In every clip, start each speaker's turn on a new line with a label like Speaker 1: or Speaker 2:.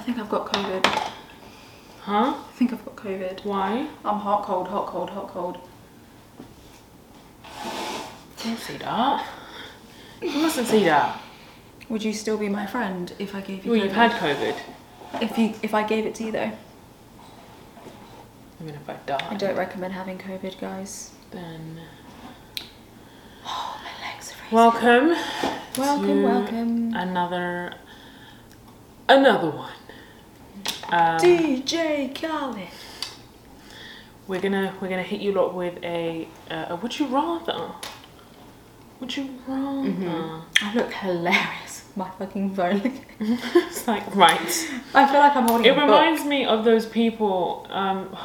Speaker 1: think I've got COVID. I
Speaker 2: Huh?
Speaker 1: think I've got COVID.
Speaker 2: Why?
Speaker 1: I'm hot, cold, hot, cold, hot, cold.
Speaker 2: Don't say that. You mustn't say that.
Speaker 1: Would you still be my friend if I gave you?
Speaker 2: Well, you've
Speaker 1: COVID?
Speaker 2: had COVID.
Speaker 1: If you, if I gave it to you though,
Speaker 2: I mean, if I
Speaker 1: I
Speaker 2: die,
Speaker 1: don't recommend having COVID, guys.
Speaker 2: then.
Speaker 1: Oh, my legs are freezing.
Speaker 2: Welcome.
Speaker 1: welcome,
Speaker 2: to
Speaker 1: welcome.
Speaker 2: Another. Another one. Um,
Speaker 1: DJ Khaled.
Speaker 2: we're gonna we're gonna hit you lot with a, uh, a would you rather. Would you rather? Mm-hmm.
Speaker 1: I look hilarious. My fucking phone.
Speaker 2: it's like right.
Speaker 1: I feel like I'm holding.
Speaker 2: It
Speaker 1: a book.
Speaker 2: reminds me of those people. Um,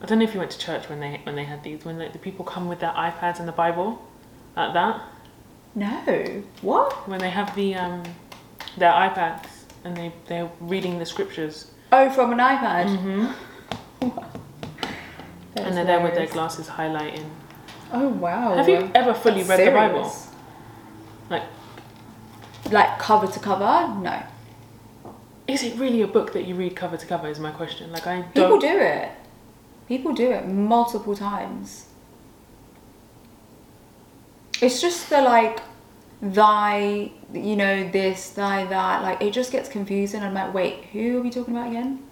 Speaker 2: I don't know if you went to church when they when they had these when like the people come with their iPads and the Bible, like that.
Speaker 1: No. What?
Speaker 2: When they have the um, their iPads and they they're reading the scriptures
Speaker 1: Oh, from an iPad.
Speaker 2: mm-hmm.
Speaker 1: That is
Speaker 2: and they're there with their
Speaker 1: hilarious.
Speaker 2: glasses highlighting.
Speaker 1: Oh wow.
Speaker 2: have you ever fully
Speaker 1: That's
Speaker 2: read the Bible?
Speaker 1: serious.
Speaker 2: Like,
Speaker 1: Like cover to cover? No.
Speaker 2: is it really a book that you read cover to cover? Is my question. Like I
Speaker 1: People
Speaker 2: don't.
Speaker 1: do it. People do it multiple times. It's just the like, thy, you know, this, thy, that. Like, it just gets confusing. I'm like, wait, who are we talking about again?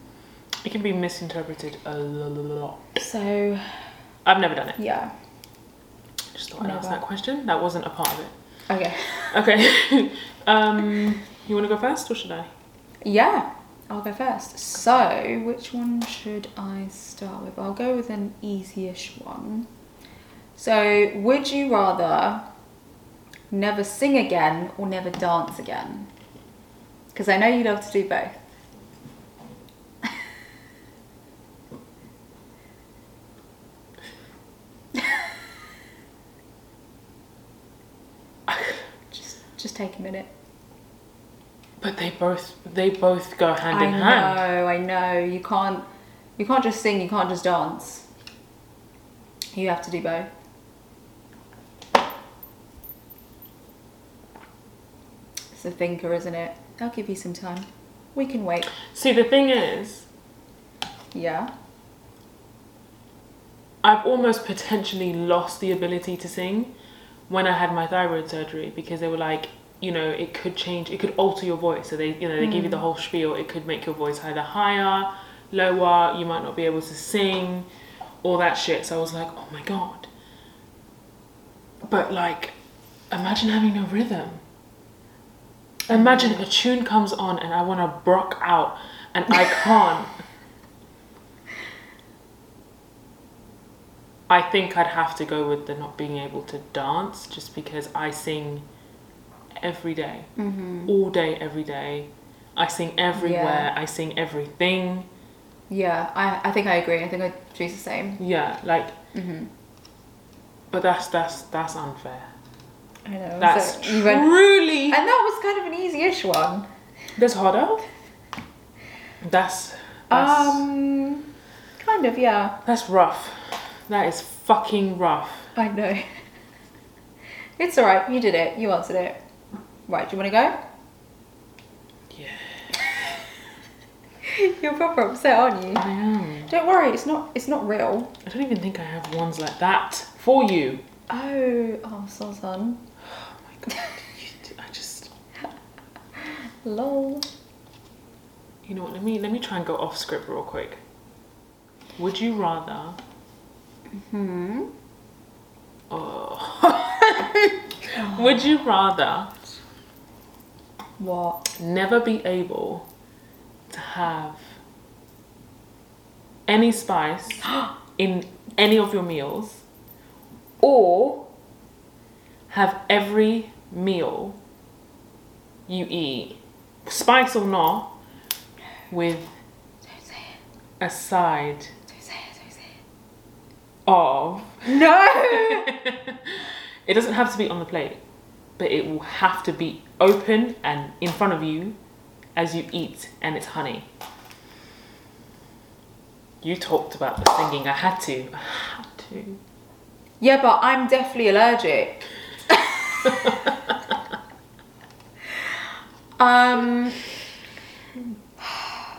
Speaker 2: It can be misinterpreted a lot.
Speaker 1: So,
Speaker 2: I've never done it.
Speaker 1: yeah.
Speaker 2: Just thought I'd ask
Speaker 1: Never.
Speaker 2: that question. That wasn't a part of it.
Speaker 1: Okay.
Speaker 2: Okay. um, you want to go first or should I?
Speaker 1: Yeah, I'll go first. So, which one should I start with? I'll go with an easy-ish one. So, would you rather never sing again or never dance again? Because I know you love to do both. just, just take a minute.
Speaker 2: But they both they both go hand
Speaker 1: I
Speaker 2: in hand.
Speaker 1: know, I know. You can't you can't just sing, you can't just dance. You have to do both. It's a thinker, isn't it? I'll give you some time. We can wait.
Speaker 2: See, the thing is,
Speaker 1: Yeah.
Speaker 2: I've almost potentially lost the ability to sing when I had my thyroid surgery because they were like, you know, it could change, it could alter your voice. So they, you know, they give you the whole spiel. It could make your voice either higher, lower. You might not be able to sing, all that shit. So I was like, oh my god. But like, imagine having no rhythm. Imagine a tune comes on and I want to brock out and I can't. I think I'd have to go with the not being able to dance just because I sing every day.
Speaker 1: Mm-hmm.
Speaker 2: all day, every day. I sing everywhere, I sing everything.
Speaker 1: Yeah, I, I think I agree. I think I choose the same.
Speaker 2: Yeah, like.
Speaker 1: Mm-hmm.
Speaker 2: But that's that's that's unfair.
Speaker 1: I know.
Speaker 2: That's
Speaker 1: so you went,
Speaker 2: truly
Speaker 1: and that was kind of an easy-ish one.
Speaker 2: that's harder. That's that's,
Speaker 1: Um kind of, yeah.
Speaker 2: that's rough. That is fucking rough.
Speaker 1: I know. it's alright, you did it. You answered it. Right, do you wanna go?
Speaker 2: Yeah,
Speaker 1: You're proper upset, aren't you?
Speaker 2: I am.
Speaker 1: Don't worry, it's not it's not real.
Speaker 2: I don't even think I have ones like that for you.
Speaker 1: Oh, oh, Sozan.
Speaker 2: Oh my god, you d- I just
Speaker 1: Lol.
Speaker 2: You know what? Let me let me try and go off script real quick. Would you rather?
Speaker 1: Hmm.
Speaker 2: Oh. Would you rather
Speaker 1: What?
Speaker 2: never be able to have any spice in any of your meals, or have every meal you eat, spice or not, with
Speaker 1: Don't say it.
Speaker 2: a side
Speaker 1: Don't say it. Don't say
Speaker 2: of
Speaker 1: it. No.
Speaker 2: it doesn't have to be on the plate, but it will have to be open and in front of you as you eat, and it's honey. You talked about the singing. I had to. I had to.
Speaker 1: yeah, but I'm definitely allergic. um.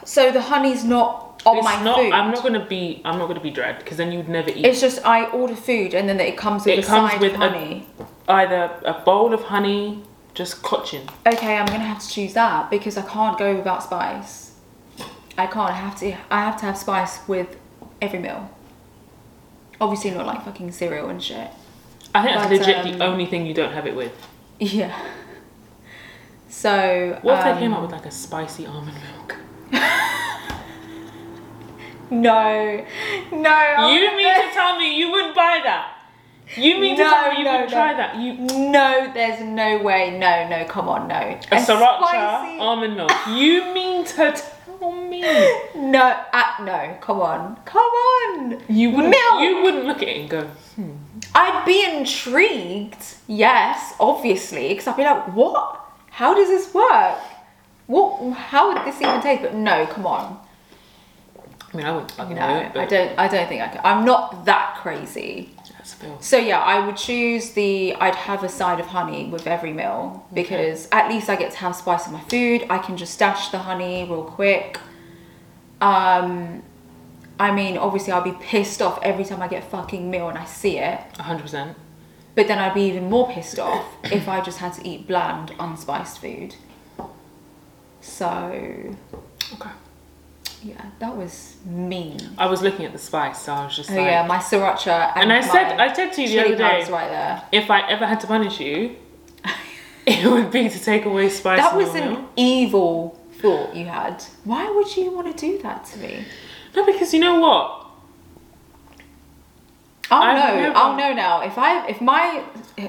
Speaker 1: So the honey's not on
Speaker 2: it's
Speaker 1: my
Speaker 2: not,
Speaker 1: food.
Speaker 2: I'm not gonna be. I'm not gonna be dread because then you'd never eat
Speaker 1: It's just I order food and then it comes with
Speaker 2: It
Speaker 1: a
Speaker 2: comes
Speaker 1: side
Speaker 2: with a-
Speaker 1: honey.
Speaker 2: either a bowl of honey, just cotchin.
Speaker 1: Okay, I'm gonna have to choose that because I can't go without spice. I can't. I have to. I have to have spice with every meal. Obviously, not like fucking cereal and shit.
Speaker 2: I think that's
Speaker 1: But,
Speaker 2: legit
Speaker 1: um,
Speaker 2: the only thing you don't have it with.
Speaker 1: Yeah. So.
Speaker 2: What if
Speaker 1: um,
Speaker 2: they came up with like a spicy almond milk?
Speaker 1: No, no.
Speaker 2: you mean to tell me you wouldn't buy that? You mean
Speaker 1: No,
Speaker 2: to tell me you
Speaker 1: no,
Speaker 2: wouldn't
Speaker 1: no.
Speaker 2: try that? You
Speaker 1: No, there's no way. No, no. Come on, no. A,
Speaker 2: a sriracha Oh,
Speaker 1: spicy-
Speaker 2: almond milk. You mean to tell me
Speaker 1: No, uh, no. Come on, come on.
Speaker 2: you wouldn't?
Speaker 1: Milk.
Speaker 2: You wouldn't look at it and go.
Speaker 1: I'd be intrigued, yes, obviously, because I'd be like, what? How does this work? What? How would this even taste? But no, come on,
Speaker 2: I mean, I wouldn't fucking
Speaker 1: no,
Speaker 2: do it, but
Speaker 1: I don't. I don't think I can. I'm not that crazy.
Speaker 2: That's a bill.
Speaker 1: So yeah, I would choose the. I'd have a side of honey with every meal because at least I get to have spice in my food. I can just stash the honey real quick. Um, I mean, obviously, I'll be pissed off every time I get a fucking meal and I see it.
Speaker 2: hundred percent.
Speaker 1: But then I'd be even more pissed off if I just had to eat bland, unspiced food. So,
Speaker 2: Okay.
Speaker 1: yeah, that was mean.
Speaker 2: I was looking at the spice, so I was just
Speaker 1: Oh,
Speaker 2: like,
Speaker 1: yeah, my sriracha and,
Speaker 2: and I said,
Speaker 1: my
Speaker 2: I said to you the
Speaker 1: chili
Speaker 2: other
Speaker 1: powder's
Speaker 2: day,
Speaker 1: right there.
Speaker 2: if I ever had to punish you, it would be to take away spice.
Speaker 1: That
Speaker 2: from
Speaker 1: was
Speaker 2: your meal.
Speaker 1: an evil thought you had. Why would you want to do that to me?
Speaker 2: no, because you know what?
Speaker 1: I'll
Speaker 2: I've
Speaker 1: know.
Speaker 2: never-
Speaker 1: I'll know now. If I if my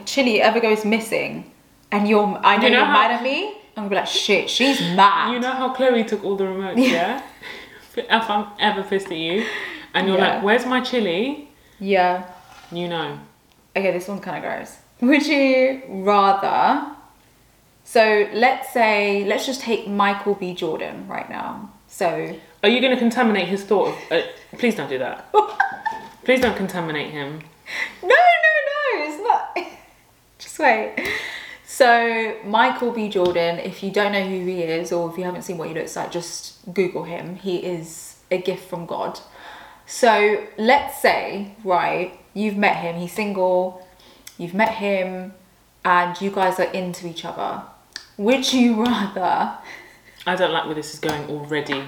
Speaker 1: chili ever goes missing, and you're I know,
Speaker 2: You know
Speaker 1: you're
Speaker 2: how-
Speaker 1: mad at me, I'm gonna be like, shit, she's mad.
Speaker 2: You know how Chloe took all the remotes, yeah? if I'm ever pissed at you, and you're
Speaker 1: Yeah.
Speaker 2: like, "Where's my chili?"
Speaker 1: yeah.
Speaker 2: You know.
Speaker 1: Okay, this one's kind of gross. Would you rather? So let's say, let's just take Michael B. Jordan right now. So,
Speaker 2: Are you going to contaminate his thought? Of, uh, please don't do that.
Speaker 1: no,
Speaker 2: Please don't contaminate him.
Speaker 1: no, no, it's not. just wait. So, Michael B. Jordan, if you don't know who he is or if you haven't seen what he looks like, just Google him. He is a gift from God. So, let's say, right, you've met him, he's single, you've met him, and you guys are into each other. Would you rather
Speaker 2: I don't like where this is going already.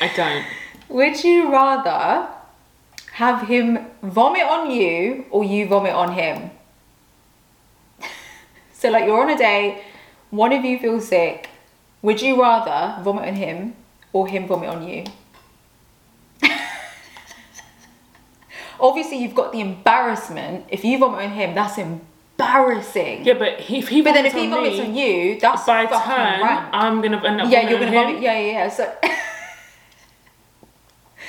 Speaker 2: I don't.
Speaker 1: Would you rather have him vomit on you or you vomit on him? so, like, you're on a date, one of you feels sick. Would you rather vomit on him or him vomit on you? Obviously, you've got the embarrassment. If you vomit on him, that's embarrassing.
Speaker 2: Yeah, but he, if he
Speaker 1: But then
Speaker 2: vomits
Speaker 1: if he
Speaker 2: on
Speaker 1: vomits
Speaker 2: me,
Speaker 1: on you, that's
Speaker 2: by
Speaker 1: fucking
Speaker 2: turn,
Speaker 1: rank.
Speaker 2: I'm gonna end up.
Speaker 1: yeah, you're
Speaker 2: vomiting
Speaker 1: gonna
Speaker 2: on
Speaker 1: vomit. Yeah, yeah, yeah. So.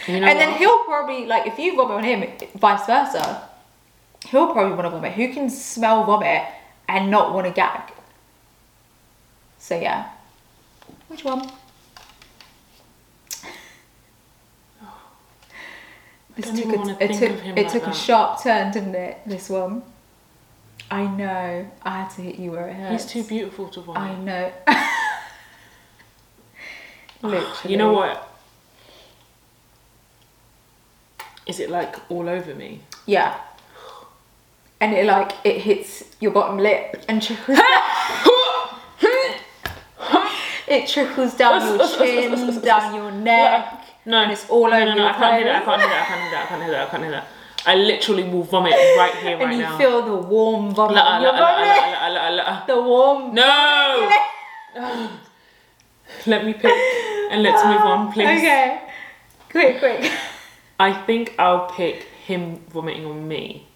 Speaker 2: him. You know
Speaker 1: and then
Speaker 2: what?
Speaker 1: he'll probably like if you vomit on him, vice versa. He'll probably want to vomit. Who can smell vomit and not want to gag? So yeah, which one? This
Speaker 2: don't
Speaker 1: took
Speaker 2: even
Speaker 1: a,
Speaker 2: wanna
Speaker 1: it
Speaker 2: think
Speaker 1: took,
Speaker 2: of him
Speaker 1: it
Speaker 2: like
Speaker 1: took a
Speaker 2: that.
Speaker 1: sharp turn, didn't it? This one. I know. I had to hit you where it hurts.
Speaker 2: he's too beautiful to vomit.
Speaker 1: I know. Literally.
Speaker 2: You know what? Is it like all over me?
Speaker 1: Yeah. And it like it hits your bottom lip and trickles. it trickles down your chin, down your neck.
Speaker 2: No,
Speaker 1: And it's all
Speaker 2: no,
Speaker 1: over
Speaker 2: No, no,
Speaker 1: your
Speaker 2: I can't hear that. I
Speaker 1: clothes.
Speaker 2: can't hear that. I can't hear that. I can't hear that. I can't hear that. I literally will vomit right here,
Speaker 1: And
Speaker 2: right
Speaker 1: you
Speaker 2: now.
Speaker 1: feel the warm vomit.
Speaker 2: La-
Speaker 1: in your
Speaker 2: la- la- la-
Speaker 1: body.
Speaker 2: la- la- la- la- la.
Speaker 1: The warm.
Speaker 2: No! Let me pick and let's move on, please.
Speaker 1: Okay. Quick, quick.
Speaker 2: I think I'll pick him vomiting on me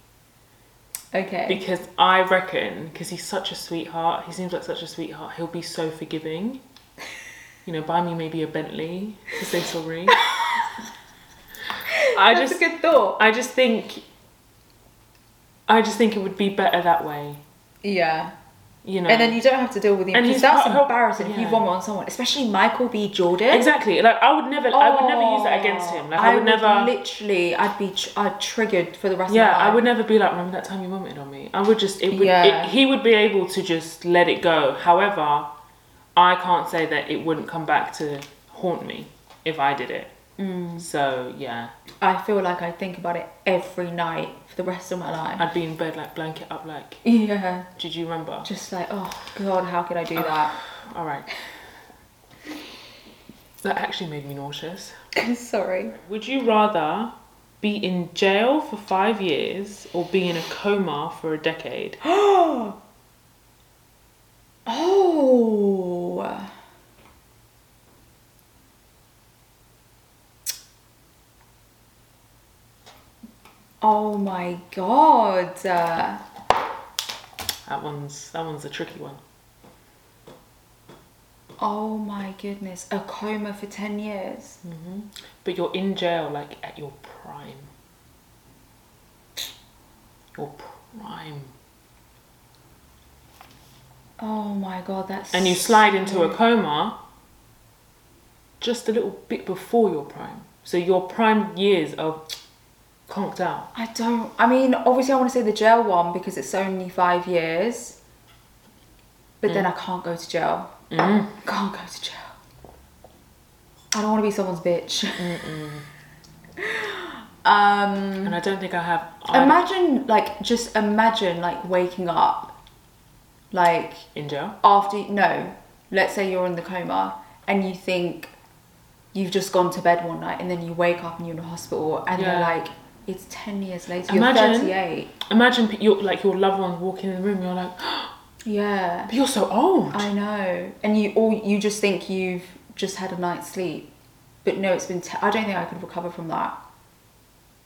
Speaker 1: Okay.
Speaker 2: because I reckon because he's such a sweetheart. He seems like such a sweetheart. He'll be so forgiving. You know, buy me maybe a Bentley to say sorry. I
Speaker 1: That's
Speaker 2: just
Speaker 1: a good thought.
Speaker 2: I just think I just think it would be better that way.
Speaker 1: Yeah.
Speaker 2: You know.
Speaker 1: And then you don't have to deal with the
Speaker 2: And
Speaker 1: because
Speaker 2: he's
Speaker 1: that's
Speaker 2: part-
Speaker 1: embarrassing if you
Speaker 2: yeah.
Speaker 1: vomit on someone, especially Michael B. Jordan.
Speaker 2: Exactly. Like I would never I would never use that against him. Like I, would, never
Speaker 1: Oh, Literally, I'd be tr- I'd triggered for the rest of
Speaker 2: Yeah,
Speaker 1: my life.
Speaker 2: I would never be like, remember that time you vomited on me? I would just it would
Speaker 1: Yeah.
Speaker 2: it, he would be able to just let it go. However, I can't say that it wouldn't come back to haunt me if I did it. So yeah,
Speaker 1: I feel like I think about it every night for the rest of my life.
Speaker 2: I'd be in bed like blanket up, like,
Speaker 1: yeah.
Speaker 2: did you remember?
Speaker 1: Just like, oh god, how could I do that?
Speaker 2: All right. That actually made me nauseous.
Speaker 1: Sorry.
Speaker 2: Would you rather be in jail for five years or be in a coma for a decade?
Speaker 1: Oh. Oh my god. Uh,
Speaker 2: That one's that one's a tricky one.
Speaker 1: oh my goodness. A coma for 10 years.
Speaker 2: Hmm. But you're in jail like at your prime. Your prime.
Speaker 1: Oh my god, that's.
Speaker 2: And you slide into a coma just a little bit before your prime. So your prime years are conked out.
Speaker 1: I don't. I mean, obviously, I want to say the jail one because it's only five years. But
Speaker 2: Hmm.
Speaker 1: then I can't go to jail. Can't go to jail. I don't want to be someone's bitch. um,
Speaker 2: And I don't think I have either
Speaker 1: imagine, like, just imagine, like, waking up, like,
Speaker 2: in jail.
Speaker 1: after no, let's say you're in the coma and you think you've just gone to bed one night and then you wake up and you're in the hospital and they're
Speaker 2: Yeah.
Speaker 1: like, it's ten years later. You're
Speaker 2: Imagine-
Speaker 1: 38.
Speaker 2: Imagine pe- your like your loved ones walking in the room. You're like,
Speaker 1: Yeah,
Speaker 2: but you're so old.
Speaker 1: I know. And you all you just think you've just had a night's sleep, but no, it's been. Te- I don't think I could recover from that.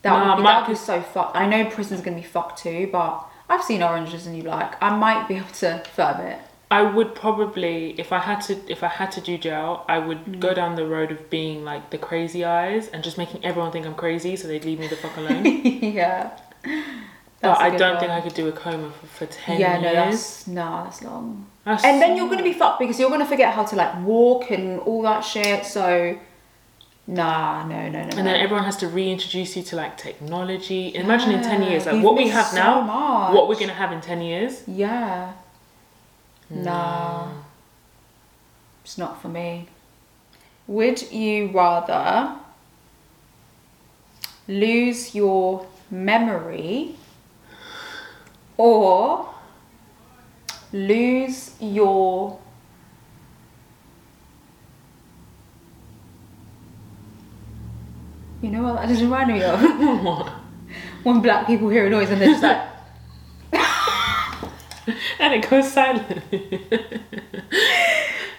Speaker 1: That
Speaker 2: Nah,
Speaker 1: would be,
Speaker 2: my-
Speaker 1: that would be so fucked. I know prison's gonna be fucked too, but I've seen Orange is the New Black. I might be able to firm it.
Speaker 2: I would probably, if I had to, if I had to do jail, I would
Speaker 1: Mm.
Speaker 2: go down the road of being like the crazy eyes and just making everyone think I'm crazy, so they'd leave me the fuck alone.
Speaker 1: yeah.
Speaker 2: but
Speaker 1: That's a
Speaker 2: I
Speaker 1: good
Speaker 2: don't
Speaker 1: one.
Speaker 2: think I could do a coma for, for ten
Speaker 1: yeah,
Speaker 2: years.
Speaker 1: no, that's nah, that's long.
Speaker 2: That's
Speaker 1: And
Speaker 2: so
Speaker 1: then you're gonna be
Speaker 2: much.
Speaker 1: fucked because you're gonna forget how to like walk and all that shit. So, nah, no, no, no.
Speaker 2: And then everyone has to reintroduce you to like technology. Imagine in ten years,
Speaker 1: Yeah,
Speaker 2: like
Speaker 1: we've
Speaker 2: what we
Speaker 1: missed
Speaker 2: have
Speaker 1: so
Speaker 2: now, what we're
Speaker 1: much.
Speaker 2: gonna have in ten years.
Speaker 1: Yeah. Nah. It's not for me. Would you rather lose your memory or lose your You know what that just reminded me of? when black people hear a noise and they're just like
Speaker 2: and it goes silent.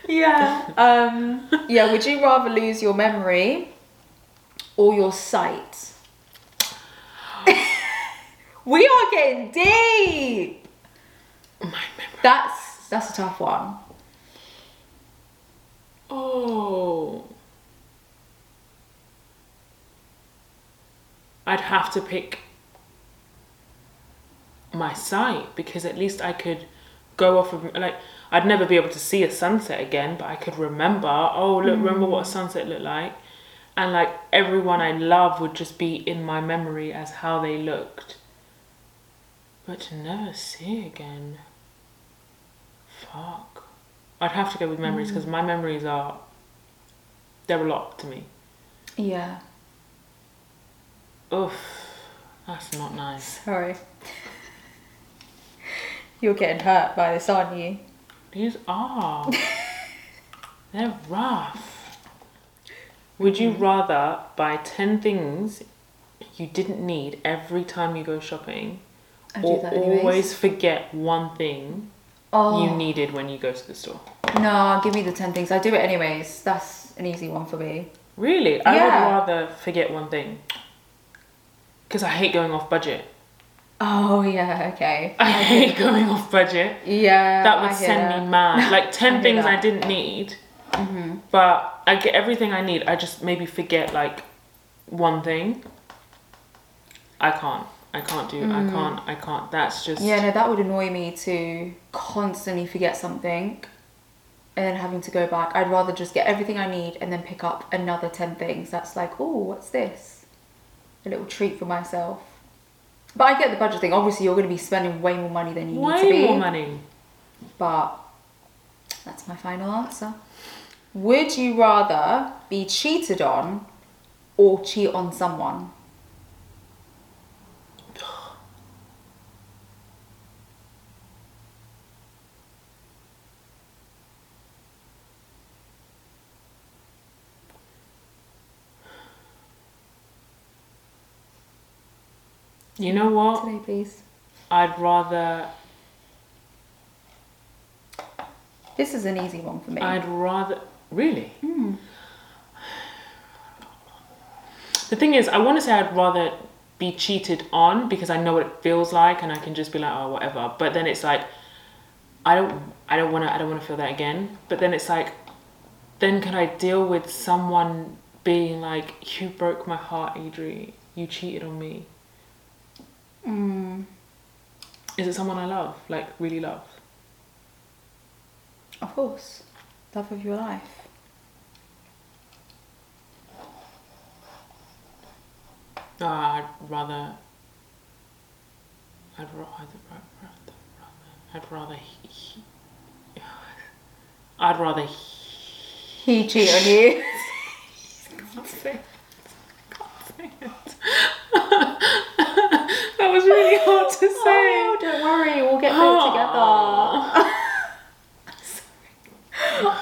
Speaker 1: Yeah. Um, yeah, would you rather lose your memory or your sight? we are getting deep.
Speaker 2: My memory.
Speaker 1: That's that's a tough one.
Speaker 2: Oh. I'd have to pick my sight because at least I could go off of like I'd never be able to see a sunset again, but I could remember, oh look, remember what a sunset looked like. And like everyone I love would just be in my memory as how they looked. But to never see again. Fuck. I'd have to go with memories because my memories are they're a lot to me.
Speaker 1: Yeah.
Speaker 2: Oof. That's not nice.
Speaker 1: Sorry. You're getting hurt by this, aren't you?
Speaker 2: These are. They're rough. Would you
Speaker 1: Mm-hmm.
Speaker 2: rather buy 10 things you didn't need every time you go shopping
Speaker 1: I
Speaker 2: or
Speaker 1: do that anyways.
Speaker 2: always forget one thing
Speaker 1: oh
Speaker 2: you needed when you go to the store?
Speaker 1: no, give me the ten things. I do it anyways. That's an easy one for me.
Speaker 2: Really? I
Speaker 1: Yeah.
Speaker 2: would rather forget one thing. Because I hate going off budget.
Speaker 1: Oh yeah, okay.
Speaker 2: I hate going off budget.
Speaker 1: Yeah.
Speaker 2: that would
Speaker 1: Uh, I hear
Speaker 2: send
Speaker 1: that.
Speaker 2: me mad. Like
Speaker 1: I
Speaker 2: ten
Speaker 1: hear
Speaker 2: things I
Speaker 1: that. Mm-hmm.
Speaker 2: didn't need, but I get everything I need. I just maybe forget like one thing. I can't. I can't do. I can't. I can't. That's just.
Speaker 1: Mm. Yeah, no, that would annoy me to constantly forget something and then having to go back. I'd rather just get everything I need and then pick up another 10 things. That's like, oh, what's this? A little treat for myself. But I get the budget thing. Obviously, you're going to be spending way more money than you need to
Speaker 2: Way
Speaker 1: be.
Speaker 2: more money.
Speaker 1: But that's my final answer. Would you rather be cheated on or cheat on someone?
Speaker 2: You know what?
Speaker 1: Today, please.
Speaker 2: I'd rather
Speaker 1: This is an easy one for me. Hmm.
Speaker 2: I'd rather really. The thing is, I want to say I'd rather be cheated on because I know what it feels like, and I can just be like, oh, whatever. But then it's like, I don't, I don't want to, I don't want to feel that again. But then it's like, then can I deal with someone being like, you broke my heart, Adri, you cheated on me?
Speaker 1: Mm,
Speaker 2: Is it someone I love, like really love?
Speaker 1: of course. Love of your life.
Speaker 2: Uh, I'd rather. I'd rather. I'd rather. I'd rather. He, he- I'd rather. He,
Speaker 1: He cheated on you.
Speaker 2: that was really hard to say.
Speaker 1: Oh, don't worry, we'll get Ah. through it together.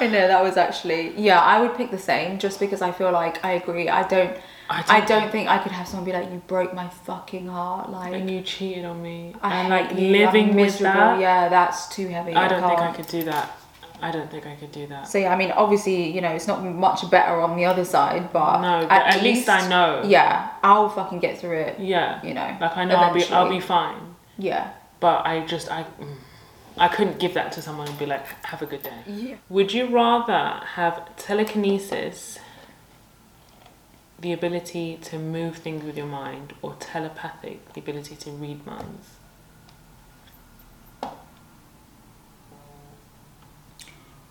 Speaker 1: I know that was actually yeah. I would pick the same just because I feel like I agree. I don't.
Speaker 2: I
Speaker 1: I don't think I could have someone be like, "You broke my fucking heart." Like
Speaker 2: And you cheated on me.
Speaker 1: I
Speaker 2: and
Speaker 1: hate
Speaker 2: like
Speaker 1: you, I'm
Speaker 2: living with
Speaker 1: miserable.
Speaker 2: that.
Speaker 1: Yeah, that's too heavy.
Speaker 2: I don't think I
Speaker 1: can't.
Speaker 2: could do that. I don't think I could do that.
Speaker 1: So yeah, I mean, obviously, you know, it's not much better on the other side, but
Speaker 2: No, but at least I know.
Speaker 1: uh, Yeah, I'll fucking get through it.
Speaker 2: Yeah.
Speaker 1: You know,
Speaker 2: Like I know I'll be I'll
Speaker 1: eventually.
Speaker 2: be fine.
Speaker 1: Yeah.
Speaker 2: But I just I mm, I couldn't give that to someone and be like, have a good day.
Speaker 1: Yeah.
Speaker 2: Would you rather have telekinesis, the ability to move things with your mind, or telepathic, the ability to read minds?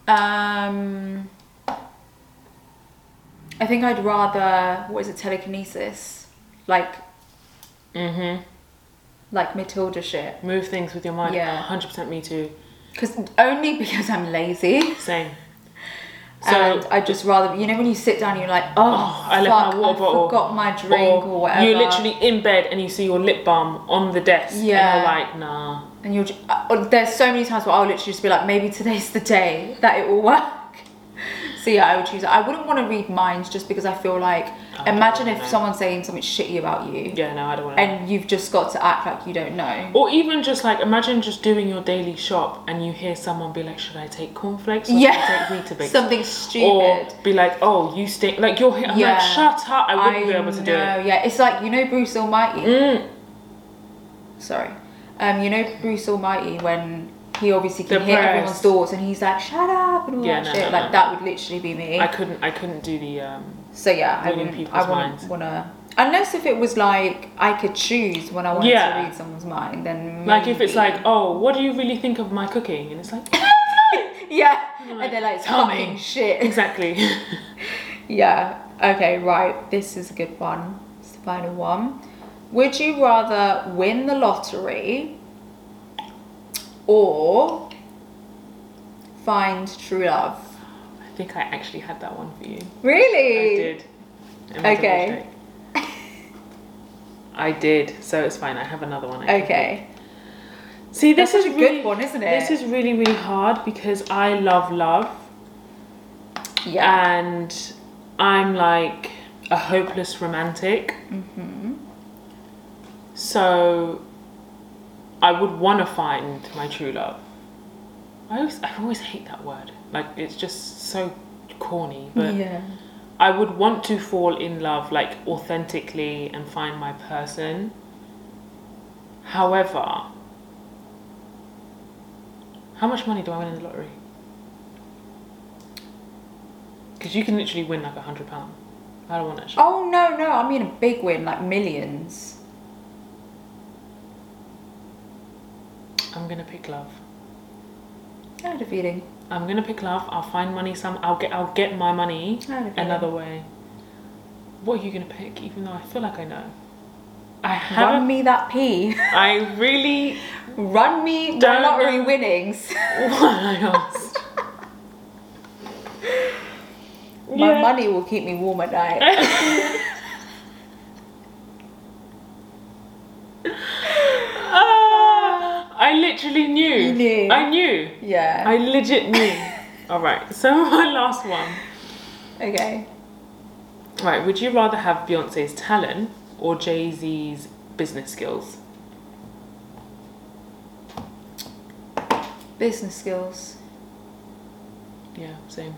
Speaker 1: Um, I think I'd rather what is it telekinesis, like
Speaker 2: Mm-hmm.
Speaker 1: like Matilda shit.
Speaker 2: Move things with your mind.
Speaker 1: Yeah.
Speaker 2: 100% me too.
Speaker 1: Because only because I'm lazy,
Speaker 2: Same.
Speaker 1: and I just rather you know when you sit down and you're like, oh,
Speaker 2: Oh, I left my
Speaker 1: fuck,
Speaker 2: water
Speaker 1: I
Speaker 2: bottle,"
Speaker 1: forgot my drink or, whatever.
Speaker 2: You're literally in bed and you see your lip balm on the desk.
Speaker 1: Yeah.
Speaker 2: And you're like, nah.
Speaker 1: and you're ju- uh, uh, there's so many times where I'll literally just be like, maybe today's the day that it will work. so yeah, I would choose. I wouldn't want to read minds just because I feel like
Speaker 2: I don't
Speaker 1: imagine if
Speaker 2: know.
Speaker 1: someone's saying something shitty about you
Speaker 2: Yeah, no, I don't want to.
Speaker 1: and you've just got to act like you don't know.
Speaker 2: Or even just like imagine just doing your daily shop and you hear someone be like, "Should I take cornflakes or
Speaker 1: Yeah.
Speaker 2: should I take Weetabix?"
Speaker 1: Something stupid.
Speaker 2: Or be like, "Oh, you stink!" Like you're, I'm
Speaker 1: Yeah.
Speaker 2: like, "Shut up! I wouldn't be able to do
Speaker 1: know,
Speaker 2: it."
Speaker 1: Yeah, it's like you know Bruce Almighty.
Speaker 2: Mm,
Speaker 1: Sorry, um, you know Bruce Almighty when he obviously can
Speaker 2: The
Speaker 1: hit
Speaker 2: press.
Speaker 1: everyone's thoughts and he's like, "Shut up" and all
Speaker 2: Yeah,
Speaker 1: that
Speaker 2: no,
Speaker 1: shit.
Speaker 2: no,
Speaker 1: like
Speaker 2: no.
Speaker 1: that would literally be me.
Speaker 2: I couldn't. I couldn't do the. Um,
Speaker 1: so yeah, I
Speaker 2: reading
Speaker 1: wouldn't. I
Speaker 2: people's
Speaker 1: wouldn't
Speaker 2: minds.
Speaker 1: wanna. Unless if it was like I could choose when I wanted
Speaker 2: Yeah.
Speaker 1: to read someone's mind, then
Speaker 2: like if it's
Speaker 1: maybe.
Speaker 2: like, "Oh, what do you really think of my cooking?" and it's like,
Speaker 1: yeah,
Speaker 2: Like,
Speaker 1: and they're like,
Speaker 2: "Tell me."
Speaker 1: "Fucking shit."
Speaker 2: exactly.
Speaker 1: Yeah. Okay, right. This is a good one. It's the final one. Would you rather win the lottery or find true love?
Speaker 2: I think I actually had that one for you.
Speaker 1: Really?
Speaker 2: I did. Let me double
Speaker 1: Okay.
Speaker 2: check. I did, so it's fine. I have another one. I can
Speaker 1: Okay.
Speaker 2: See, this
Speaker 1: That's
Speaker 2: is
Speaker 1: such a good
Speaker 2: really,
Speaker 1: one, isn't
Speaker 2: This
Speaker 1: it?
Speaker 2: is really, really hard because I love love,
Speaker 1: Yeah.
Speaker 2: and I'm like a hopeless romantic. Mm-hmm. So, I would want to find my true love. I always, I always hate that word. Like it's just so corny, but
Speaker 1: yeah.
Speaker 2: I would want to fall in love like authentically and find my person. However, how much money do I win in the lottery? Because you can literally win like a hundred pound. I don't want that shit.
Speaker 1: Oh no, no, I mean a big win, like millions.
Speaker 2: I'm gonna pick love.
Speaker 1: I had a feeling.
Speaker 2: I'm gonna pick love. I'll find money. Some. I'll get. I'll get my money
Speaker 1: I had a feeling.
Speaker 2: another way. What are you gonna pick? Even though I feel like I know. I
Speaker 1: Run
Speaker 2: haven't.
Speaker 1: me that pee.
Speaker 2: I really
Speaker 1: Run me the
Speaker 2: Don't-
Speaker 1: lottery winnings.
Speaker 2: Why I asked.
Speaker 1: My
Speaker 2: Yeah.
Speaker 1: money will keep me warm at night.
Speaker 2: Ah, I literally knew.
Speaker 1: You knew.
Speaker 2: I knew.
Speaker 1: yeah.
Speaker 2: I legit knew. All right. So my last one.
Speaker 1: okay.
Speaker 2: Right. Would you rather have Beyonce's talent or Jay Z's business skills?
Speaker 1: Business skills.
Speaker 2: Yeah. Same.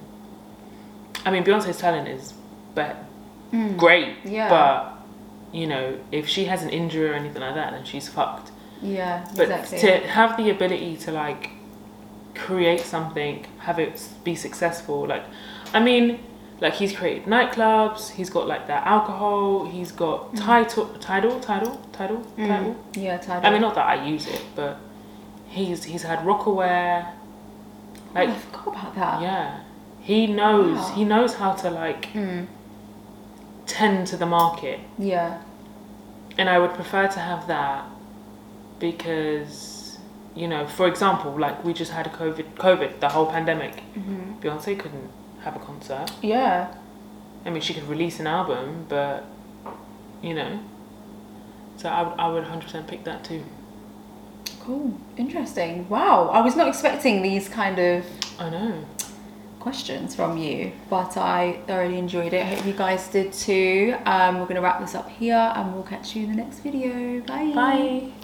Speaker 2: I mean, Beyonce's talent is, but great.
Speaker 1: Mm. Yeah.
Speaker 2: Hmm. But you know, if she has an injury or anything like that, then she's fucked.
Speaker 1: Yeah.
Speaker 2: But
Speaker 1: exactly.
Speaker 2: to have the ability to like create something, have it s- be successful, like I mean, like he's created nightclubs, he's got like that alcohol, he's got title, title, title, title,
Speaker 1: Mm-hmm. Mm.
Speaker 2: title.
Speaker 1: Yeah. Title.
Speaker 2: I mean, not that I use it, but he's he's had Rockaware.
Speaker 1: Oh,
Speaker 2: Like
Speaker 1: I forgot about that.
Speaker 2: yeah, he knows
Speaker 1: Wow.
Speaker 2: he knows how to like
Speaker 1: Mm.
Speaker 2: tend to the market.
Speaker 1: Yeah.
Speaker 2: And I would prefer to have that because, you know, for example, like we just had a COVID, COVID, the whole pandemic.
Speaker 1: hmm
Speaker 2: Beyonce couldn't have a concert.
Speaker 1: Yeah.
Speaker 2: I mean, she could release an album, but, you know. So I would, I would 100% pick that too.
Speaker 1: Cool. Interesting. Wow. I was not expecting these kind of
Speaker 2: I know.
Speaker 1: questions from you, but I thoroughly enjoyed it. I hope you guys did too. Um, we're going to wrap this up here and we'll catch you in the next video. Bye.
Speaker 2: Bye.